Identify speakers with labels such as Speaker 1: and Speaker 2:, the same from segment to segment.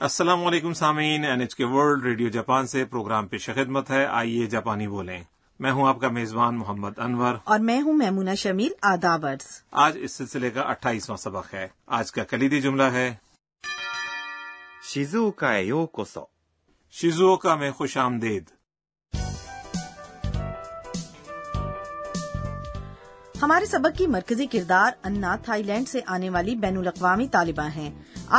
Speaker 1: السلام علیکم سامعین N H K World Radio Japan سے پروگرام پیش خدمت ہے آئیے جاپانی بولیں میں ہوں آپ کا میزبان محمد انور
Speaker 2: اور میں ہوں میمونہ شمیل آدابرز
Speaker 1: آج اس سلسلے کا اٹھائیسواں سبق ہے آج کا کلیدی جملہ ہے
Speaker 3: 静岡へようこそ
Speaker 1: شیزو کا میں خوش آمدید
Speaker 2: ہمارے سبق کی مرکزی کردار انا تھائی لینڈ سے آنے والی بین الاقوامی طالبہ ہیں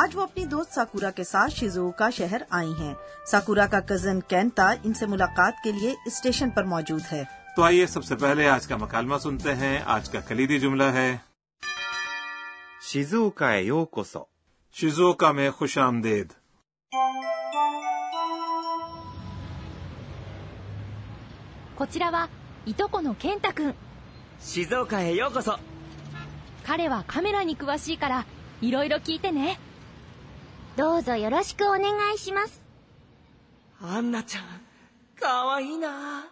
Speaker 2: آج وہ اپنی دوست ساکورا کے ساتھ شیزو کا شہر آئی ہیں ساکورا کا کزن کینتا ان سے ملاقات کے لیے اسٹیشن پر موجود ہے
Speaker 1: تو آئیے سب سے پہلے آج کا مکالمہ سنتے ہیں آج کا کلیدی جملہ ہے
Speaker 3: 静岡へようこそ
Speaker 1: شیزو کا میں خوش آمدید
Speaker 4: こちらはいとこの健太くん
Speaker 5: 静岡へようこそ
Speaker 4: 彼はカメラに詳しいからいろいろ聞いてねどうぞよろしくお願いします
Speaker 5: アンナちゃんかわいいな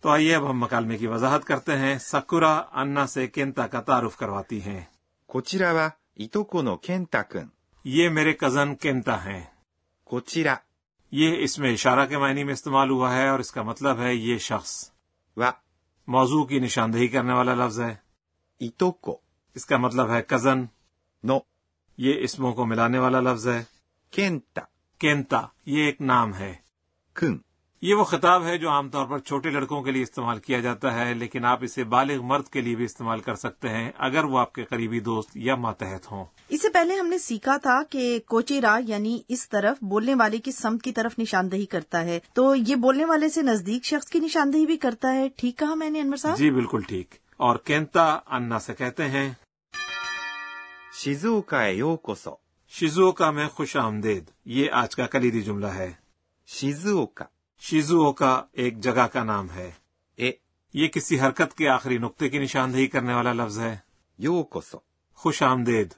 Speaker 1: تو آئیے اب ہم مکالمے کی وضاحت کرتے ہیں سکورا انا سے کینتا کا تعارف کرواتی ہیں
Speaker 3: こちらはいとこの健太くん
Speaker 1: یہ میرے کزن کینتا ہیں
Speaker 3: こちら
Speaker 1: یہ اس میں اشارہ کے معنی میں استعمال ہوا ہے اور اس کا مطلب ہے یہ شخص
Speaker 3: は
Speaker 1: موضوع کی نشاندہی کرنے والا لفظ ہے
Speaker 3: いとこ
Speaker 1: اس کا مطلب ہے کزن
Speaker 3: の
Speaker 1: یہ اسموں کو ملانے والا لفظ ہے
Speaker 3: 健太
Speaker 1: کینتا یہ ایک نام ہے
Speaker 3: くん
Speaker 1: یہ وہ خطاب ہے جو عام طور پر چھوٹے لڑکوں کے لیے استعمال کیا جاتا ہے لیکن آپ اسے بالغ مرد کے لیے بھی استعمال کر سکتے ہیں اگر وہ آپ کے قریبی دوست یا ماتحت ہوں
Speaker 2: اس سے پہلے ہم نے سیکھا تھا کہ کوچی را یعنی اس طرف بولنے والے کی سمت کی طرف نشاندہی کرتا ہے تو یہ بولنے والے سے نزدیک شخص کی نشاندہی بھی کرتا ہے ٹھیک کہا میں نے انور صاحب
Speaker 1: جی بالکل ٹھیک اور کینتا انا سے کہتے ہیں
Speaker 3: 静岡へようこそ
Speaker 1: شیزوکا میں خوش آمدید یہ آج کا کلیدی جملہ ہے
Speaker 3: 静岡
Speaker 1: شیزوکا ایک جگہ کا نام ہے
Speaker 3: へ
Speaker 1: یہ کسی حرکت کے آخری نقطے کی نشاندہی کرنے والا لفظ ہے
Speaker 3: ようこそ
Speaker 1: خوش آمدید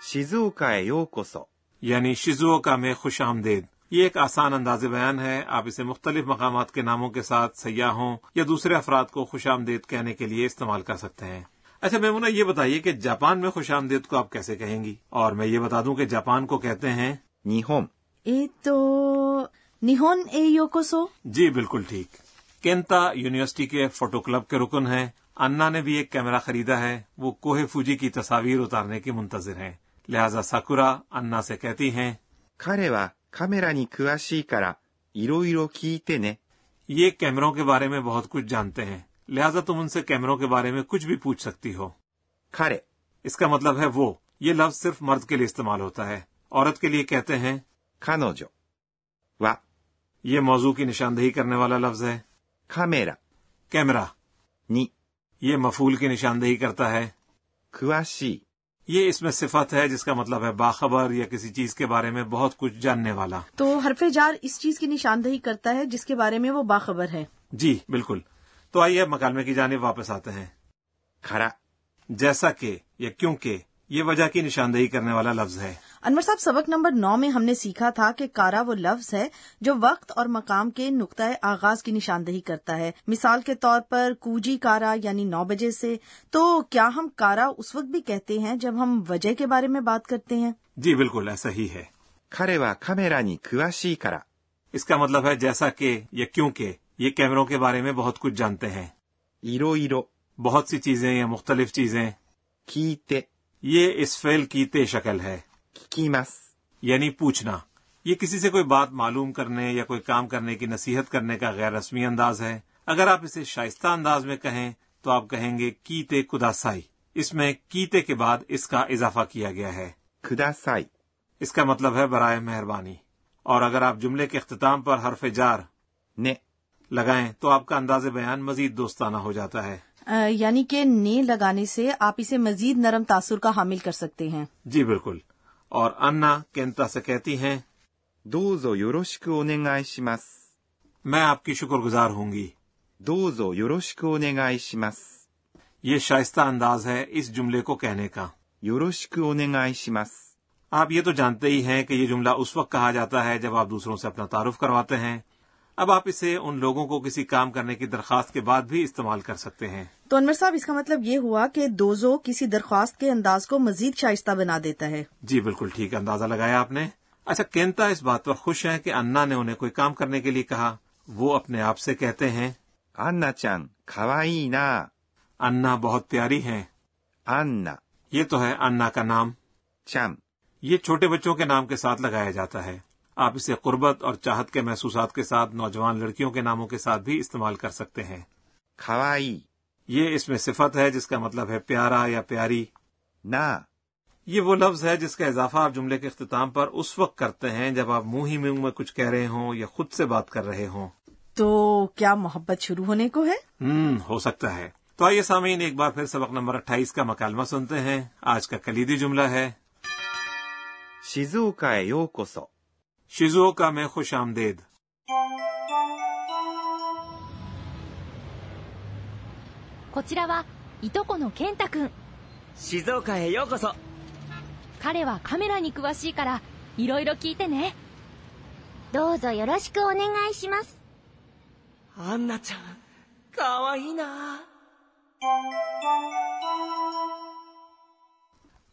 Speaker 3: 静岡へようこそ
Speaker 1: یعنی شیزوکا میں خوش آمدید یہ ایک آسان انداز بیان ہے آپ اسے مختلف مقامات کے ناموں کے ساتھ سیاحوں یا دوسرے افراد کو خوش آمدید کہنے کے لیے استعمال کر سکتے ہیں اچھا میمونہ یہ بتائیے کہ جاپان میں خوش آمدید کو آپ کیسے کہیں گی اور میں یہ بتا دوں کہ جاپان کو کہتے ہیں
Speaker 3: 日本
Speaker 2: اے تو نہون اے یوکو سو
Speaker 1: جی بالکل ٹھیک کینتا یونیورسٹی کے فوٹو کلب کے رکن ہیں انا نے بھی ایک کیمرہ خریدا ہے وہ کوہ فوجی کی تصاویر اتارنے کی منتظر ہیں لہذا ساکورا انا سے کہتی ہیں
Speaker 3: 彼はカメラに詳しいからいろいろ聞いてね
Speaker 1: یہ کیمروں کے بارے میں بہت کچھ جانتے ہیں لہذا تم ان سے کیمروں کے بارے میں کچھ بھی پوچھ سکتی ہو
Speaker 3: 彼
Speaker 1: اس کا مطلب ہے وہ یہ لفظ صرف مرد کے لیے استعمال ہوتا ہے عورت کے لیے کہتے ہیں
Speaker 3: 彼女は
Speaker 1: یہ موضوع کی نشاندہی کرنے والا لفظ ہے
Speaker 3: カメラ
Speaker 1: کیمرہ
Speaker 3: に
Speaker 1: یہ مفول کی نشاندہی کرتا ہے
Speaker 3: 詳しい
Speaker 1: یہ اس میں صفت ہے جس کا مطلب ہے باخبر یا کسی چیز کے بارے میں بہت کچھ جاننے والا
Speaker 2: تو حرف جار اس چیز کی نشاندہی کرتا ہے جس کے بارے میں وہ باخبر ہے
Speaker 1: جی بالکل تو آئیے اب مکالمے کی جانب واپس آتے ہیں
Speaker 3: から。
Speaker 1: جیسا کہ یا کیونکہ یہ وجہ کی نشاندہی کرنے والا لفظ ہے
Speaker 2: انور صاحب سبق نمبر نو میں ہم نے سیکھا تھا کہ کارا وہ لفظ ہے جو وقت اور مقام کے نقطۂ آغاز کی نشاندہی کرتا ہے مثال کے طور پر کوجی کارا یعنی نو بجے سے تو کیا ہم کارا اس وقت بھی کہتے ہیں جب ہم وجہ کے بارے میں بات کرتے ہیں
Speaker 1: جی بالکل ایسا ہی ہے
Speaker 3: 彼はカメラに詳しいから、
Speaker 1: اس کا مطلب ہے جیسا کہ یا کیونکہ یہ کیمروں کے بارے میں بہت کچھ جانتے ہیں
Speaker 3: いろいろ
Speaker 1: بہت سی چیزیں یا مختلف چیزیں
Speaker 3: 聞いて、
Speaker 1: یہ اس فعل کی تے شکل ہے
Speaker 3: 聞きます。
Speaker 1: یعنی پوچھنا یہ کسی سے کوئی بات معلوم کرنے یا کوئی کام کرنے کی نصیحت کرنے کا غیر رسمی انداز ہے اگر آپ اسے شائستہ انداز میں کہیں تو آپ کہیں گے کیتے کداسائی اس میں کیتے کے بعد اس کا اضافہ کیا گیا ہے
Speaker 3: ください。
Speaker 1: اس کا مطلب ہے برائے مہربانی اور اگر آپ جملے کے اختتام پر حرف جار
Speaker 3: ね、
Speaker 1: لگائیں تو آپ کا انداز بیان مزید دوستانہ ہو جاتا ہے
Speaker 2: آ، یعنی کہ نے لگانے سے آپ اسے مزید نرم تاثر کا حامل کر سکتے ہیں
Speaker 1: جی بالکل اور انا کینتا سے کہتی ہیں
Speaker 3: どうぞよろしくお願いします。
Speaker 1: میں آپ کی شکر گزار ہوں گی
Speaker 3: どうぞよろしくお願いします。
Speaker 1: یہ شائستہ انداز ہے اس جملے کو کہنے کا
Speaker 3: よろしくお願いします。
Speaker 1: آپ یہ تو جانتے ہی ہیں کہ یہ جملہ اس وقت کہا جاتا ہے جب آپ دوسروں سے اپنا تعارف کرواتے ہیں اب آپ اسے ان لوگوں کو کسی کام کرنے کی درخواست کے بعد بھی استعمال کر سکتے ہیں
Speaker 2: تو انور صاحب اس کا مطلب یہ ہوا کہ دوزو کسی درخواست کے انداز کو مزید شائستہ بنا دیتا ہے
Speaker 1: جی بالکل ٹھیک اندازہ لگایا آپ نے اچھا کینتا اس بات پر خوش ہیں کہ انا نے انہیں کوئی کام کرنے کے لیے کہا وہ اپنے آپ سے کہتے ہیں
Speaker 3: アンナちゃん、かわいいな。
Speaker 1: انا بہت پیاری ہیں
Speaker 3: アンナ、
Speaker 1: یہ تو ہے انا کا نام
Speaker 3: ちゃん、
Speaker 1: یہ چھوٹے بچوں کے نام کے ساتھ لگایا جاتا ہے آپ اسے قربت اور چاہت کے محسوسات کے ساتھ نوجوان لڑکیوں کے ناموں کے ساتھ بھی استعمال کر سکتے ہیں
Speaker 3: かわいい、
Speaker 1: یہ اس میں صفت ہے جس کا مطلب ہے پیارا یا پیاری
Speaker 3: な。
Speaker 1: یہ وہ لفظ ہے جس کا اضافہ آپ جملے کے اختتام پر اس وقت کرتے ہیں جب آپ منہ ہی منہ میں کچھ کہہ رہے ہوں یا خود سے بات کر رہے ہوں
Speaker 2: تو کیا محبت شروع ہونے کو ہے
Speaker 1: ہوں ہو سکتا ہے تو آئیے سامعین ایک بار پھر سبق نمبر اٹھائیس کا مکالمہ سنتے ہیں آج کا کلیدی جملہ ہے
Speaker 3: 静岡へようこそ。
Speaker 1: شیزو کا میں خوش آمدید
Speaker 4: こちらはいとこの健太くん
Speaker 5: 静岡へようこそ
Speaker 4: 彼はカメラに詳しいからいろいろ聞いてねどうぞよろしくお願いします
Speaker 5: アンナちゃんかわいいな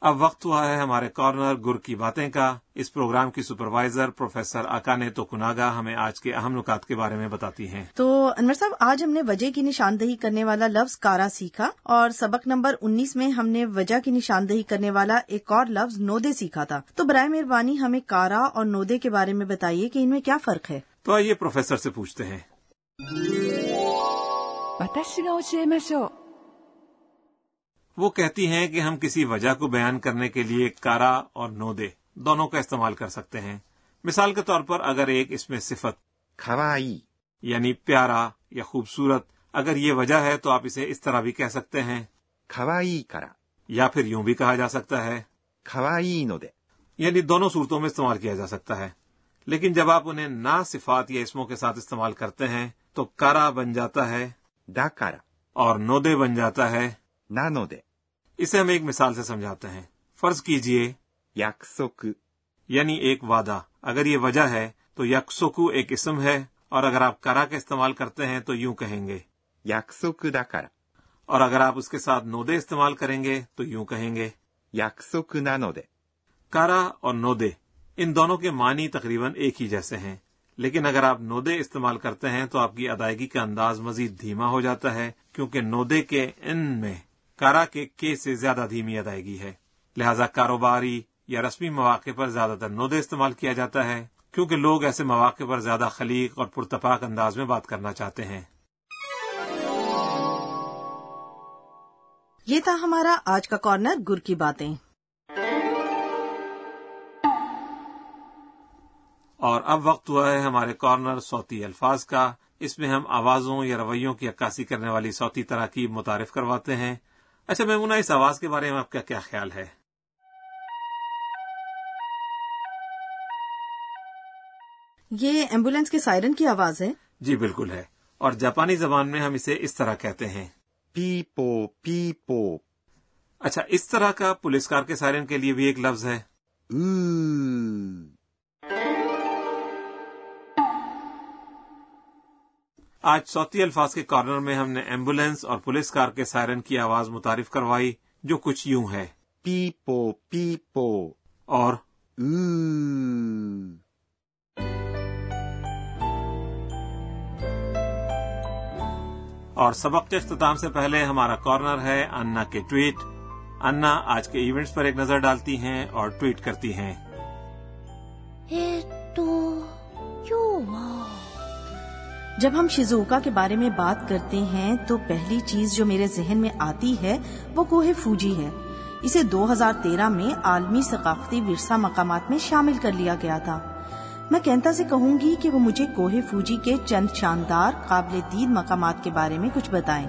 Speaker 1: اب وقت ہوا ہے ہمارے کارنر گر کی باتیں کا اس پروگرام کی سپروائزر پروفیسر اکانے تو کناگا ہمیں آج کے اہم نکات کے بارے میں بتاتی ہیں
Speaker 2: تو انور صاحب آج ہم نے وجہ کی نشاندہی کرنے والا لفظ کارا سیکھا اور سبق نمبر انیس میں ہم نے وجہ کی نشاندہی کرنے والا ایک اور لفظ نودے سیکھا تھا تو برائے مہربانی ہمیں کارا اور نودے کے بارے میں بتائیے کہ ان میں کیا فرق ہے
Speaker 1: تو آئیے پروفیسر سے پوچھتے ہیں
Speaker 6: 私が教えましょう
Speaker 1: وہ کہتی ہیں کہ ہم کسی وجہ کو بیان کرنے کے لیے کارا اور نودے دونوں کا استعمال کر سکتے ہیں مثال کے طور پر اگر ایک اس میں صفت
Speaker 3: かわいい、
Speaker 1: یعنی پیارا یا خوبصورت اگر یہ وجہ ہے تو آپ اسے اس طرح بھی کہہ سکتے ہیں
Speaker 3: かわいいから。
Speaker 1: یا پھر یوں بھی کہا جا سکتا ہے
Speaker 3: かわいいので、
Speaker 1: یعنی دونوں صورتوں میں استعمال کیا جا سکتا ہے لیکن جب آپ انہیں نا صفات یا اسموں کے ساتھ استعمال کرتے ہیں تو کارا بن جاتا ہے
Speaker 3: だから、
Speaker 1: اور نودے بن جاتا ہے
Speaker 3: なので、
Speaker 1: اسے ہم ایک مثال سے سمجھاتے ہیں فرض کیجئے
Speaker 3: 約束、
Speaker 1: یعنی ایک وعدہ اگر یہ وجہ ہے تو یکسوکو ایک اسم ہے اور اگر آپ کرا کا استعمال کرتے ہیں تو یوں کہیں گے
Speaker 3: 約束だから、
Speaker 1: اور اگر آپ اس کے ساتھ نودے استعمال کریں گے تو یوں کہیں گے
Speaker 3: 約束なので、
Speaker 1: کارا اور نودے ان دونوں کے معنی تقریباً ایک ہی جیسے ہیں لیکن اگر آپ نودے استعمال کرتے ہیں تو آپ کی ادائیگی کا انداز مزید دھیما ہو جاتا ہے کیونکہ نودے کے ان میں کارا کے کے سے زیادہ دھیمی ادائیگی ہے لہذا کاروباری یا رسمی مواقع پر زیادہ تر نودے استعمال کیا جاتا ہے کیونکہ لوگ ایسے مواقع پر زیادہ خلیق اور پرتپاک انداز میں بات کرنا چاہتے ہیں
Speaker 2: یہ تھا ہمارا آج کا کارنر گر کی باتیں
Speaker 1: اور اب وقت ہوا ہے ہمارے کارنر صوتی الفاظ کا اس میں ہم آوازوں یا رویوں کی عکاسی کرنے والی صوتی تراکیب متعارف کرواتے ہیں اچھا میمونہ اس آواز کے بارے میں آپ کا کیا خیال ہے
Speaker 2: یہ ایمبولینس کے سائرن کی آواز ہے
Speaker 1: جی بالکل ہے اور جاپانی زبان میں ہم اسے اس طرح کہتے ہیں
Speaker 3: ピーポーピーポー、
Speaker 1: اچھا اس طرح کا پولیس کار کے سائرن کے لیے بھی ایک لفظ ہے
Speaker 3: うー。
Speaker 1: آج صوتی الفاظ کے کارنر میں ہم نے ایمبولینس اور پولیس کار کے سائرن کی آواز متعارف کروائی جو کچھ یوں ہے
Speaker 3: ピーポーピーポー、
Speaker 1: اور
Speaker 3: うー。
Speaker 1: اور سبق کے اختتام سے پہلے ہمارا کارنر ہے انا کے ٹویٹ انا آج کے ایونٹس پر ایک نظر ڈالتی ہیں اور ٹویٹ کرتی ہیں
Speaker 4: えっと今日は
Speaker 2: جب ہم شیزوکا کے بارے میں بات کرتے ہیں تو پہلی چیز جو میرے ذہن میں آتی ہے وہ کوہ فوجی ہے اسے دو ہزار تیرہ میں عالمی ثقافتی ورثہ مقامات میں شامل کر لیا گیا تھا میں کینتا سے کہوں گی کہ وہ مجھے کوہ فوجی کے چند شاندار قابل دید مقامات کے بارے میں کچھ بتائیں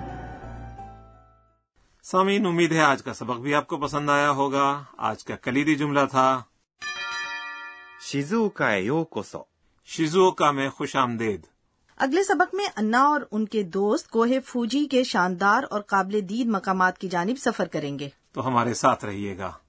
Speaker 1: سامعین امید ہے آج کا سبق بھی آپ کو پسند آیا ہوگا آج کا کلیدی جملہ تھا
Speaker 3: 静岡へようこそ。
Speaker 1: شیزو کا میں خوش آمدید
Speaker 2: اگلے سبق میں انا اور ان کے دوست کوہ فوجی کے شاندار اور قابل دید مقامات کی جانب سفر کریں گے
Speaker 1: تو ہمارے ساتھ رہیے گا